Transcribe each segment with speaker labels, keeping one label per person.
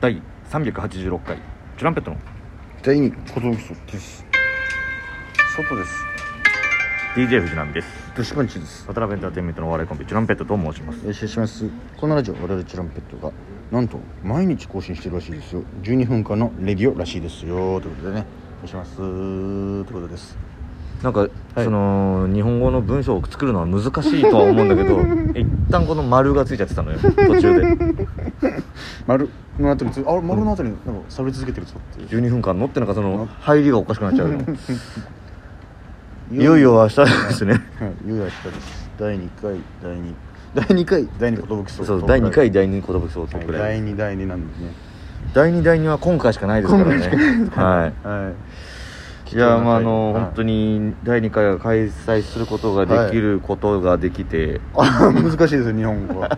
Speaker 1: 第386回トランペットの
Speaker 2: 第2小僧です外です
Speaker 1: DJ 藤波です
Speaker 2: ドシパンチです
Speaker 1: 渡辺エンターテインメントのお笑いコンビチュランペットと申します
Speaker 2: よろしくお願いしますこのラジオ我々チュランペットがなんと毎日更新してるらしいですよ12分間のレディオらしいですよということでねお願いしますということです
Speaker 1: なんか、その日本語の文章を作るのは難しいとは思うんだけ ど一旦この丸がついちゃってたのよ途中で
Speaker 2: 丸のあたりつあれ丸のあたりなんか喋り続けてるぞっていう
Speaker 1: 12分間のってなんかその入りがおかしくなっちゃうよいよいよ明日ですね
Speaker 2: はいゆうやしたです第2回第2第2回第2ことぶきそ う
Speaker 1: そう第2回第2言武装
Speaker 2: はい
Speaker 1: くら
Speaker 2: 第
Speaker 1: い
Speaker 2: 2第2なんでね
Speaker 1: 第2第2は今回しかないですからね はい
Speaker 2: はい
Speaker 1: いやまああの本当
Speaker 2: に
Speaker 1: に第2回が開催することができることができて、
Speaker 2: 難しいですよ日本語は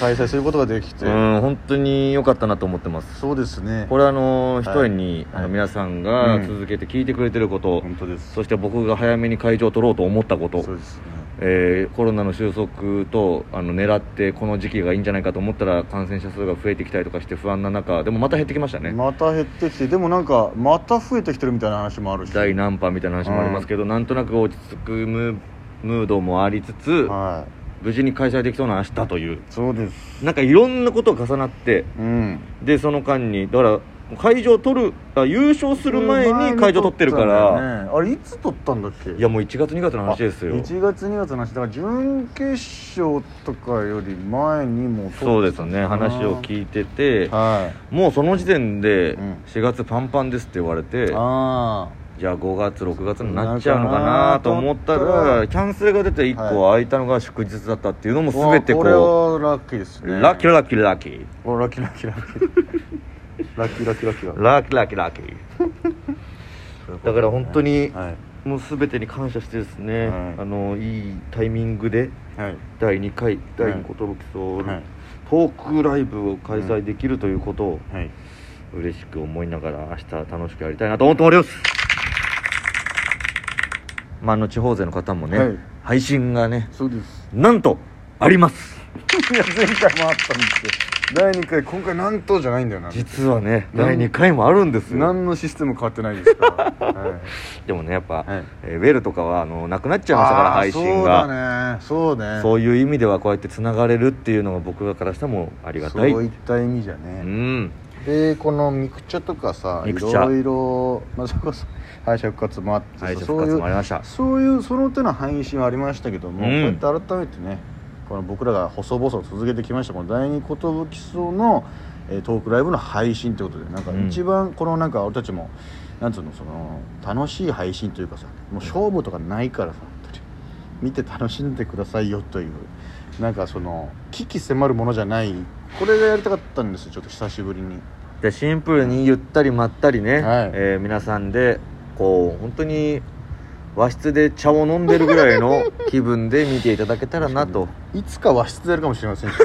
Speaker 2: 開催することができて
Speaker 1: うん本当に良かったなと思ってます
Speaker 2: そうですね
Speaker 1: これはあの一
Speaker 2: はい
Speaker 1: 重に、あ
Speaker 2: は
Speaker 1: の
Speaker 2: い
Speaker 1: 皆さん
Speaker 2: う
Speaker 1: が
Speaker 2: ん
Speaker 1: 続けて聞いてくれてること、
Speaker 2: 本当です
Speaker 1: そして僕が早めに会場を取ろうと思ったこと
Speaker 2: そうですね
Speaker 1: えーコロナの収束とあの狙ってこの時期がいいんじゃないかと思ったら感染者数が増えてきたりとかして不安な中でもまた減ってきましたね、
Speaker 2: また減ってきてでもなんかまた増えてきてるみたいな話もあるし
Speaker 1: 第何波みたいな話もありますけど、なんとなく落ち着くムームードもありつつ、
Speaker 2: は
Speaker 1: 無事に開催できそうな明日という
Speaker 2: いそうです
Speaker 1: なんかいろんなことが重なって
Speaker 2: うん
Speaker 1: でその間にだから会場取るあ優勝する前に会場取ってるから、
Speaker 2: ねあれいつ取ったんだっけ
Speaker 1: いやもう1月2月の話ですよ
Speaker 2: 1月2月の話だから準決勝とかより前にも
Speaker 1: そう
Speaker 2: 取
Speaker 1: で
Speaker 2: っ
Speaker 1: す
Speaker 2: てた
Speaker 1: ね話を聞いてて
Speaker 2: はい
Speaker 1: もうその時点で
Speaker 2: うん
Speaker 1: 4月パンパンですって言われて、
Speaker 2: あ
Speaker 1: じゃあ5月6月になっちゃうのかなと思ったらキャンセルが出て1個空いたのが祝日だったっていうのも
Speaker 2: あ
Speaker 1: 全てこ
Speaker 2: これ
Speaker 1: う
Speaker 2: はラッキーですね
Speaker 1: ラッキーラッキーラッキー
Speaker 2: おラッキーラッキーラッキーラッキーラッキーラッキー
Speaker 1: ラッキーラッキーラッキーだから本当に
Speaker 2: はい
Speaker 1: もう全てに感謝してですね、
Speaker 2: はい
Speaker 1: あのいいタイミングで
Speaker 2: はい
Speaker 1: 第2回第2寿ソウル、トークライブを開催できるということを
Speaker 2: はい
Speaker 1: 嬉しく思いながら明日楽しくやりたいなと思っておりますまああの地方勢の方もね、
Speaker 2: はい
Speaker 1: 配信がね
Speaker 2: そうです
Speaker 1: なんとあります
Speaker 2: いや前回もあったんですけど第2回今回なんとじゃないんだよな
Speaker 1: 実はね
Speaker 2: なん
Speaker 1: 第2回もあるんですよ
Speaker 2: 何のシステム変わってないで すから、はい、
Speaker 1: でもねやっぱ、
Speaker 2: はい
Speaker 1: えーウェルとかはあのなくなっちゃいましたから配信が
Speaker 2: あーそうだね
Speaker 1: そ
Speaker 2: そうね
Speaker 1: ういう意味ではこうやってつながれるっていうのが僕らからしてもありがたい
Speaker 2: そういった意味じゃね、
Speaker 1: うん
Speaker 2: でこのミクチャとかさ
Speaker 1: ミ
Speaker 2: い
Speaker 1: クチャ
Speaker 2: ろいろ、まあ、それこそ敗者復活もあってさ
Speaker 1: 敗者
Speaker 2: そ
Speaker 1: 復
Speaker 2: うい
Speaker 1: 活もあ
Speaker 2: う
Speaker 1: りました
Speaker 2: そういうその手の配信はありましたけども、
Speaker 1: うん
Speaker 2: こうやって改めてねこの僕らが細々続けてきましたこの第二寿荘の、えートークライブの配信ということでなんか
Speaker 1: うん
Speaker 2: 一番このなんか俺たちも、なんつうのその楽しい配信というかさもう勝負とかないからさ本当に見て楽しんでくださいよというなんかその危機迫るものじゃないこれがやりたかったんですよちょっと久しぶりに。
Speaker 1: でシンプルにゆったりまったりね、
Speaker 2: はい
Speaker 1: えー皆さんでこう本当に和室で茶を飲んでるぐらい の気分で見ていただけたらなと
Speaker 2: いつか和室でやるかもしれませんし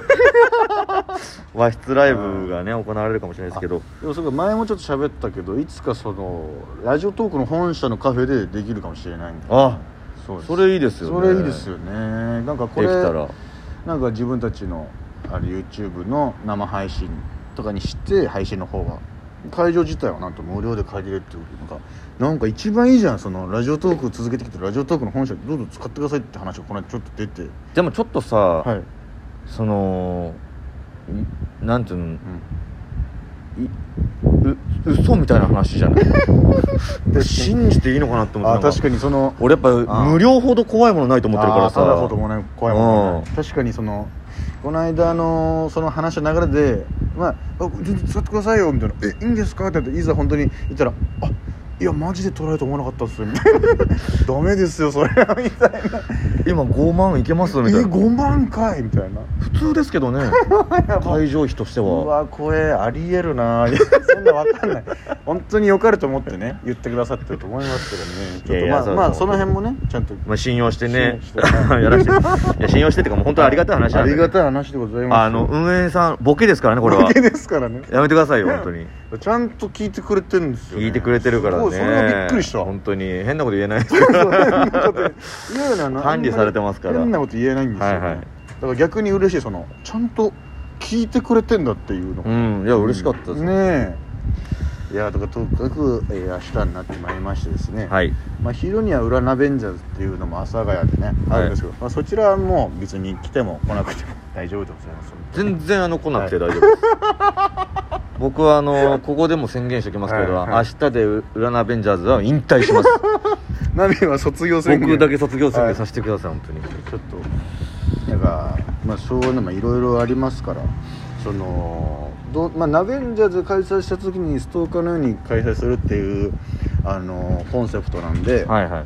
Speaker 1: 和室ライブがね行われるかもしれないですけど
Speaker 2: でもそうか前もちょっと喋ったけどいつかそのラジオトークの本社のカフェでできるかもしれないんで
Speaker 1: あ
Speaker 2: そうです
Speaker 1: それいいですよね
Speaker 2: それいいですよねなんかこ
Speaker 1: でき
Speaker 2: れ
Speaker 1: たら
Speaker 2: なんか自分たちのあれ YouTube の生配信とかにして配信の方は会場自体はなんと無料で借りれるっていうのがなんか一番いいじゃんそのラジオトーク続けてきてるラジオトークの本社どうぞ使ってくださいって話がこの間ちょっと出て
Speaker 1: でもちょっとさ、
Speaker 2: はい、
Speaker 1: そのいなんていうのいう嘘みたいな話じゃない
Speaker 2: で
Speaker 1: 信じていいのかなって思って
Speaker 2: あ
Speaker 1: なん
Speaker 2: 確かにその
Speaker 1: 俺やっ
Speaker 2: あ
Speaker 1: ぱ無料ほど怖いものないと思ってるからさ
Speaker 2: あーただほどもね怖いもんね
Speaker 1: う
Speaker 2: 確かにそのこの間のその話の流れで「まあ、あ全然使ってくださいよ」みたいな「えいいんですか?」って言っていざ本当に言ったら「あいやマジで取られると思わなかったっすよ」みたいな 「ダメですよそれは」みたいな
Speaker 1: 今5万いけます
Speaker 2: 「え
Speaker 1: みたいな
Speaker 2: 5万かい」みたいな
Speaker 1: 普通ですけど ね会場費として
Speaker 2: う
Speaker 1: は
Speaker 2: わこれありえるないやそんなわかんない 本当によかれと思ってね言ってくださってると思いますけどね
Speaker 1: いや
Speaker 2: ち
Speaker 1: いや
Speaker 2: ょっとまあまあ
Speaker 1: そ
Speaker 2: そう
Speaker 1: そう
Speaker 2: の辺もねちゃんと
Speaker 1: まあ、信用してね
Speaker 2: 信用して
Speaker 1: やらしていや信用してっていうかもう本当にありがたい話なん
Speaker 2: あ
Speaker 1: で
Speaker 2: りがたい話でございます
Speaker 1: あの運営さんボケですからねこれは
Speaker 2: ボケですからね
Speaker 1: やめてくださいよ本当に
Speaker 2: ちゃんと聞いてくれてるんですよ、ね、
Speaker 1: 聞いてくれてるからね
Speaker 2: そうそれがびっくりした
Speaker 1: 本当に変なこと言えない
Speaker 2: いやいやあの
Speaker 1: 管理されてますから
Speaker 2: 変なこと言えないんですよ、ね
Speaker 1: はいはい
Speaker 2: だから逆に嬉しいそのちゃんと聞いてくれてんだっていうのが
Speaker 1: うんいや嬉しかったです、
Speaker 2: ねえいやだからとにかく、えー明日になってまいりましてですね、
Speaker 1: はい
Speaker 2: まあ、昼には裏ナベンジャーズっていうのも阿佐ヶ谷でね
Speaker 1: はい
Speaker 2: あるんですけど、まあ、そちらはもう別に来ても来なくても大丈夫でございます
Speaker 1: 全然あの来なくて大丈夫です、僕はあのここでも宣言しておきますけど、
Speaker 2: はいはい
Speaker 1: 明日でウラナベンジャーズは引退します
Speaker 2: ナベは卒業宣言
Speaker 1: 僕だけ卒業宣言させてください、本
Speaker 2: ちょっとなんかまあそういうのもいろいろありますからそのどうまあ、ナベンジャーズ開催した時にストーカーのように開催するっていうあのコンセプトなんで,、
Speaker 1: 当にはいはい、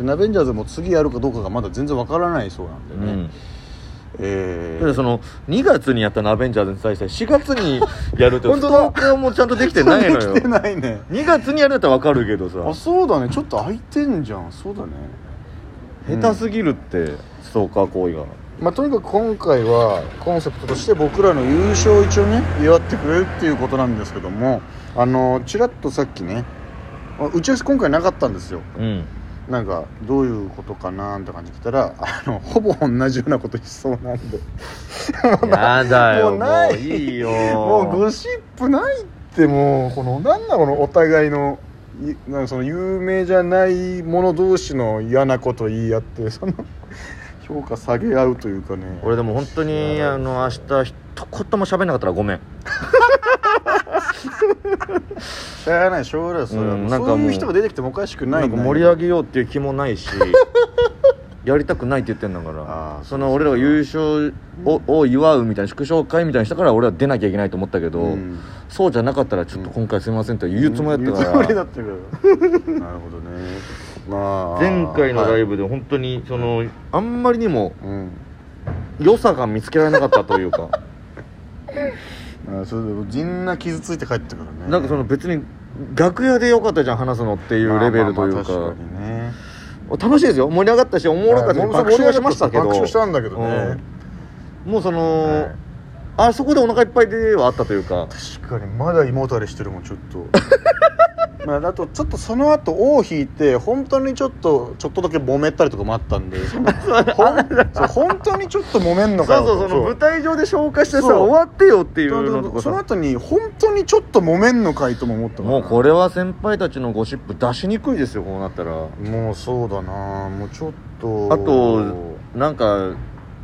Speaker 2: でナベンジャーズも次やるかどうかがまだ全然わからないそうなんで
Speaker 1: う
Speaker 2: ね、
Speaker 1: ん
Speaker 2: え
Speaker 1: だ
Speaker 2: ー
Speaker 1: からその2月にやったナベンジャーズに対して4月にやるって
Speaker 2: 本当だ
Speaker 1: ストーカーもちゃんとできてない のよ
Speaker 2: できてないね
Speaker 1: 2月にやるんだったら分かるけど
Speaker 2: あ
Speaker 1: さ
Speaker 2: そうだねちょっと空いてんじゃんそうだね
Speaker 1: 下手すぎるって、ストーカー行為が
Speaker 2: まあとにかく今回はコンセプトとして僕らの優勝を一応ね祝ってくれるっていうことなんですけどもあのちらっとさっきねあ打ち合わせ今回なかったんですよ
Speaker 1: うん
Speaker 2: なんかどういうことかなーって感じで来たらあのほぼ同じようなことしそうなんで
Speaker 1: やだよ
Speaker 2: もうない
Speaker 1: もういいよ
Speaker 2: もうゴシップないってもうこのなんだこのお互いのいなんかその有名じゃない者同士の嫌なこと言い合ってその評価下げ合うというかね
Speaker 1: 俺でも本当にあの明日一言も喋んなかったらごめん
Speaker 2: しゃあないしょうがないそれは、
Speaker 1: うんなんかも
Speaker 2: そう
Speaker 1: う
Speaker 2: いう人が出てきてもおかしくない
Speaker 1: なんか盛り上げようっていう気もない しやりたくないって言ってんだか
Speaker 2: あ
Speaker 1: ら
Speaker 2: ー
Speaker 1: その俺らが優勝をを祝うみたいな祝勝会みたいにしたから俺は出なきゃいけないと思ったけど、
Speaker 2: うん
Speaker 1: そうじゃなかったらちょっと今回すいませんって言うつもりだった
Speaker 2: 言うつも
Speaker 1: か
Speaker 2: りだ
Speaker 1: ら
Speaker 2: っ たからなるほどねまあ
Speaker 1: 前回のライ
Speaker 2: ブ、
Speaker 1: ブで本当にそのあんまりにも
Speaker 2: はいうん
Speaker 1: 良さが見つけられなかったという か
Speaker 2: あそれでみんな傷ついて帰ってくるね
Speaker 1: なんかその別に楽屋でよかったじゃん話すのっていうレベルという
Speaker 2: まあまあまあ
Speaker 1: か
Speaker 2: 確かにね
Speaker 1: 楽しいですよ盛り上がったしおもろかったし
Speaker 2: はい
Speaker 1: 爆笑はしましたけど
Speaker 2: 爆笑したんだけどね、
Speaker 1: うんもうその、
Speaker 2: はい
Speaker 1: あそこでお腹いっぱいではあったというか
Speaker 2: 確かにまだ胃もたれしてるもんちょっと まああとちょっとその後尾を引いて本当にちょっとちょっとだけ揉めたりとかもあった んでそのほんそう本当にちょっと揉め
Speaker 1: そ
Speaker 2: んの
Speaker 1: う
Speaker 2: かよと
Speaker 1: そうその舞台上で消化してさ
Speaker 2: そう
Speaker 1: 終わってよってい
Speaker 2: そうう
Speaker 1: のとか
Speaker 2: その
Speaker 1: さ
Speaker 2: 後に本当にちょっと揉めんのかいとも思ったから
Speaker 1: もうこれは先輩たちのゴシップ出しにくいですよこうなったら
Speaker 2: もうそうだなもうちょっと
Speaker 1: あとなんか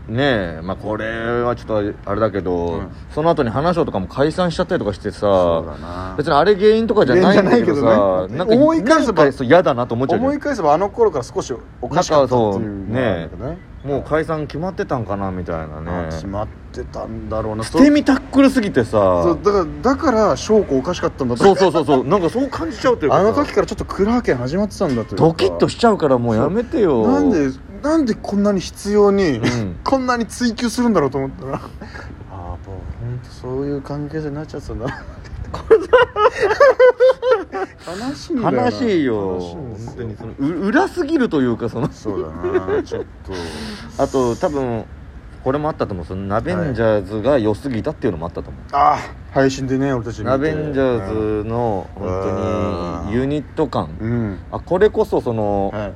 Speaker 1: ねえまあこれはちょっとあれだけど、
Speaker 2: うん
Speaker 1: その後に話しようとかも解散しちゃったりとかして
Speaker 2: そう
Speaker 1: さ
Speaker 2: だな
Speaker 1: 別にあれ原因とかじゃないんだけど
Speaker 2: 原因じゃない
Speaker 1: さ
Speaker 2: けどね
Speaker 1: なんか
Speaker 2: 思い返せば
Speaker 1: なんかそう嫌だなと思っちゃうじゃん
Speaker 2: 思い返せばあの頃から少しおかしかったっていうのがあるんだけどね
Speaker 1: もう解散決まってたんかなみたいな
Speaker 2: あ
Speaker 1: ね
Speaker 2: 決まってたんだろうな
Speaker 1: 捨て身タックルすぎて
Speaker 2: そ
Speaker 1: さ
Speaker 2: うだからだから証拠おかしかったんだと
Speaker 1: そうそうそうそうなんかそう感じちゃうというか
Speaker 2: あ
Speaker 1: さ
Speaker 2: の時からちょっとクラーケン始まってたんだというか
Speaker 1: ドキッとしちゃうからもうやめてよ
Speaker 2: なんでなんでこんなに必要に、
Speaker 1: ん
Speaker 2: こんなに追求するんだろうと思ったらああもう本当そういう関係性になっちゃってたんだ な悲しいんだよな
Speaker 1: 悲しいよ
Speaker 2: 悲しいんです
Speaker 1: 本
Speaker 2: よ
Speaker 1: 当にそのう裏すぎるというかその
Speaker 2: そうだなちょっと
Speaker 1: あと多分これもあったと思うそのナベンジャーズが良すぎたっていうのもあったと思う、
Speaker 2: ああ配信でね俺たち見て
Speaker 1: ナベンジャーズの本当にユニット感
Speaker 2: うん、
Speaker 1: あこれこそその、
Speaker 2: うんはい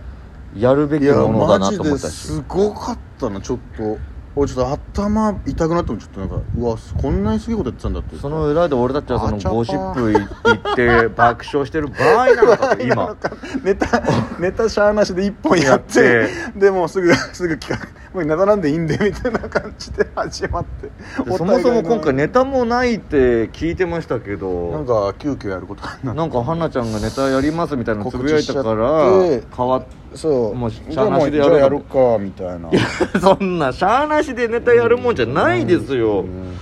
Speaker 1: やるべき
Speaker 2: いや
Speaker 1: ものだ
Speaker 2: マ
Speaker 1: な
Speaker 2: ジ
Speaker 1: と思
Speaker 2: で
Speaker 1: ったし
Speaker 2: すごかったなちょっと俺ちょっと頭痛くなってもちょっとなんかうわこんなにすげえことやってたんだって
Speaker 1: その裏で俺たちはその
Speaker 2: あちゃぱ
Speaker 1: ゴシップ行って爆笑してる場合なのかと今
Speaker 2: ネタネタしゃあなしで一本やって
Speaker 1: や
Speaker 2: でもうすぐ すぐ企画もうネタなんでいいんでみたいな感じで始まって
Speaker 1: そもそも今回ネタ
Speaker 2: タ
Speaker 1: もないって聞いてましたけど
Speaker 2: なんか急遽やることになって
Speaker 1: なんか花ちゃんがネタやりますみたいなのつぶやいたから
Speaker 2: 告知しちゃって
Speaker 1: 変わっ
Speaker 2: そう
Speaker 1: もうし
Speaker 2: じゃあも
Speaker 1: しゃあな
Speaker 2: う
Speaker 1: しで
Speaker 2: じゃあ
Speaker 1: や
Speaker 2: や
Speaker 1: ろ
Speaker 2: ろ
Speaker 1: う
Speaker 2: うかみたいな
Speaker 1: そんなしゃあなしでネタやるもんじゃないですよ、
Speaker 2: うん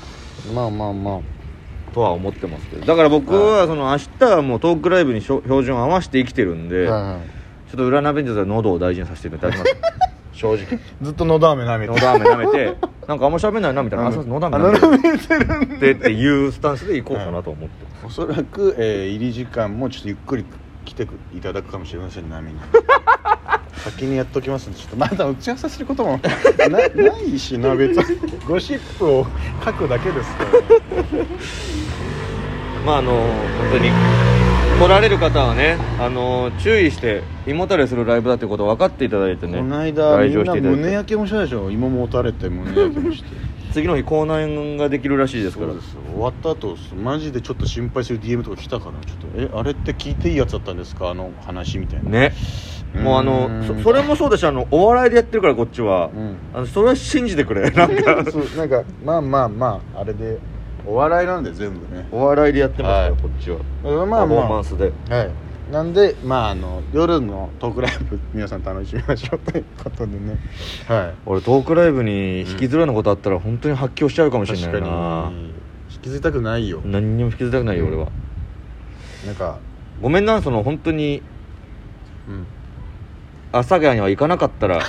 Speaker 2: まあまあまあ
Speaker 1: とは思ってますけどだから僕はその明日はもうトークライブにしょ標準を合わせて生きてるんで、
Speaker 2: はいは
Speaker 1: ちょっと裏ナベンジャーズは喉を大事にさせていただきます 正直
Speaker 2: いずっとのど飴舐めて
Speaker 1: 喉飴舐めてなんかあんま喋んないなみたいな
Speaker 2: う
Speaker 1: あ
Speaker 2: ん
Speaker 1: すいません喉飴舐めてってっていうスタンスで行こうかなと思って、
Speaker 2: おそらく、えー入り時間もちょっとゆっくり来てくいただくかもしれません 波に先にやっときますんでちょっとまだ打ち合わせすることも なないしな別に ゴシップを書くだけですから、
Speaker 1: まああの本当に来られる方はねあの注意して胃もたれするライブだということを分かっていただいてね
Speaker 2: この間み
Speaker 1: てい
Speaker 2: んな
Speaker 1: ただい
Speaker 2: 胸
Speaker 1: て
Speaker 2: 焼けもしたでしょ芋もたれて胸焼けもして
Speaker 1: 次の日口内ができるらしいですから
Speaker 2: そうですよ終わった後マジでちょっと心配する DM とか来たからちょっとえあれって聞いていいやつだったんですかあの話みたいな
Speaker 1: ね
Speaker 2: うん
Speaker 1: もうあのそそれもそうだしあのお笑いでやってるからこっちは、
Speaker 2: うん
Speaker 1: あのそれは信じて くれなんか
Speaker 2: そうなんかまあまあまああれでお笑いなんで全部ね
Speaker 1: お笑いでやってますから、
Speaker 2: はい
Speaker 1: こっちは
Speaker 2: まあ
Speaker 1: パフォー
Speaker 2: ま
Speaker 1: マ
Speaker 2: あ
Speaker 1: ンスで
Speaker 2: はい、なんで、まあ、あの夜のトークライブ皆さん楽しみましょうということでね、は
Speaker 1: 俺トークライブに引きずらぬことあったら本当に発狂しちゃうかも
Speaker 2: い、
Speaker 1: しれない
Speaker 2: 確
Speaker 1: な
Speaker 2: かに引きずりたくないよ、
Speaker 1: 何にも引きずりたくないよ俺は
Speaker 2: なんか、
Speaker 1: ごめんなその本当に
Speaker 2: うん、
Speaker 1: 阿佐ヶ谷には行かなか ったら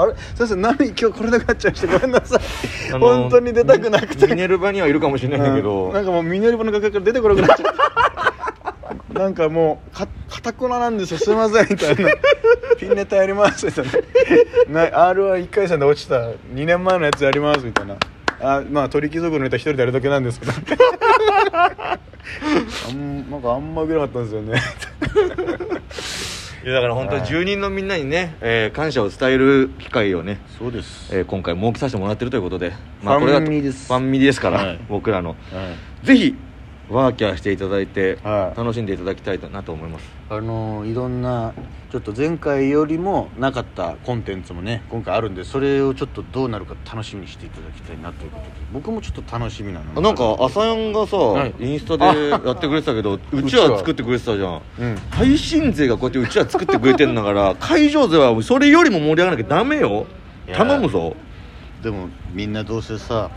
Speaker 2: あれ先生何今日来れなくなっちゃいましたごめんなさい
Speaker 1: あの
Speaker 2: 本当に出たくなくて
Speaker 1: ミネルバにはいるかもしれないんだけど、
Speaker 2: うんなんかもうミネルヴァの楽屋から出てこなくなっちゃったなんかもう かたこななんですよすいませんみたい なピンネタやりますみたいなな r 1 1回戦で落ちた2年前のやつやりますみたいなあまあ鳥貴族のネタ一人でやるだけなんです けどあんなんかあんま受けなかったんですよね
Speaker 1: いやだから本当に住人のみんなにね、えー感謝を伝える機会をね、
Speaker 2: そう です
Speaker 1: えー今回設けさせてもらってるということで、
Speaker 2: ファン
Speaker 1: これが
Speaker 2: ミです
Speaker 1: ファンミですから、
Speaker 2: はい
Speaker 1: 僕らの
Speaker 2: はい
Speaker 1: ぜひワーキャーしていただいて、
Speaker 2: はい
Speaker 1: 楽しんでいただきたいなと思います
Speaker 2: あのいろんなちょっと前回よりもなかったコンテンツもね今回あるんでそれをちょっとどうなるか楽しみにしていただきたいなということで僕もちょっと楽しみなの
Speaker 1: なんか朝やんがさ、
Speaker 2: はい
Speaker 1: インスタでやってくれてたけ どうちわ作ってくれてたじゃん
Speaker 2: うん
Speaker 1: 配信勢がこうやってうちわ作ってくれてんだから 会場勢はそれよりも盛り上がらなきゃダメよ
Speaker 2: いや
Speaker 1: 頼むぞ
Speaker 2: でもみんなどうせさ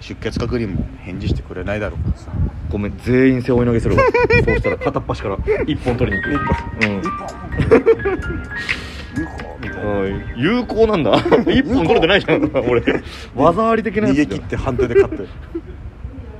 Speaker 2: 出血確認も返事してくれないだろうからさ
Speaker 1: ごめん全員背負い投げする わそうしたら片っ端から一本取りに行くうん
Speaker 2: 「行こう」みたいな
Speaker 1: はい 有効なんだ一本取れてないじゃん俺技あり的なや
Speaker 2: 逃
Speaker 1: つ
Speaker 2: げ
Speaker 1: じ
Speaker 2: 切
Speaker 1: ゃ
Speaker 2: っ
Speaker 1: ん
Speaker 2: て判定で勝って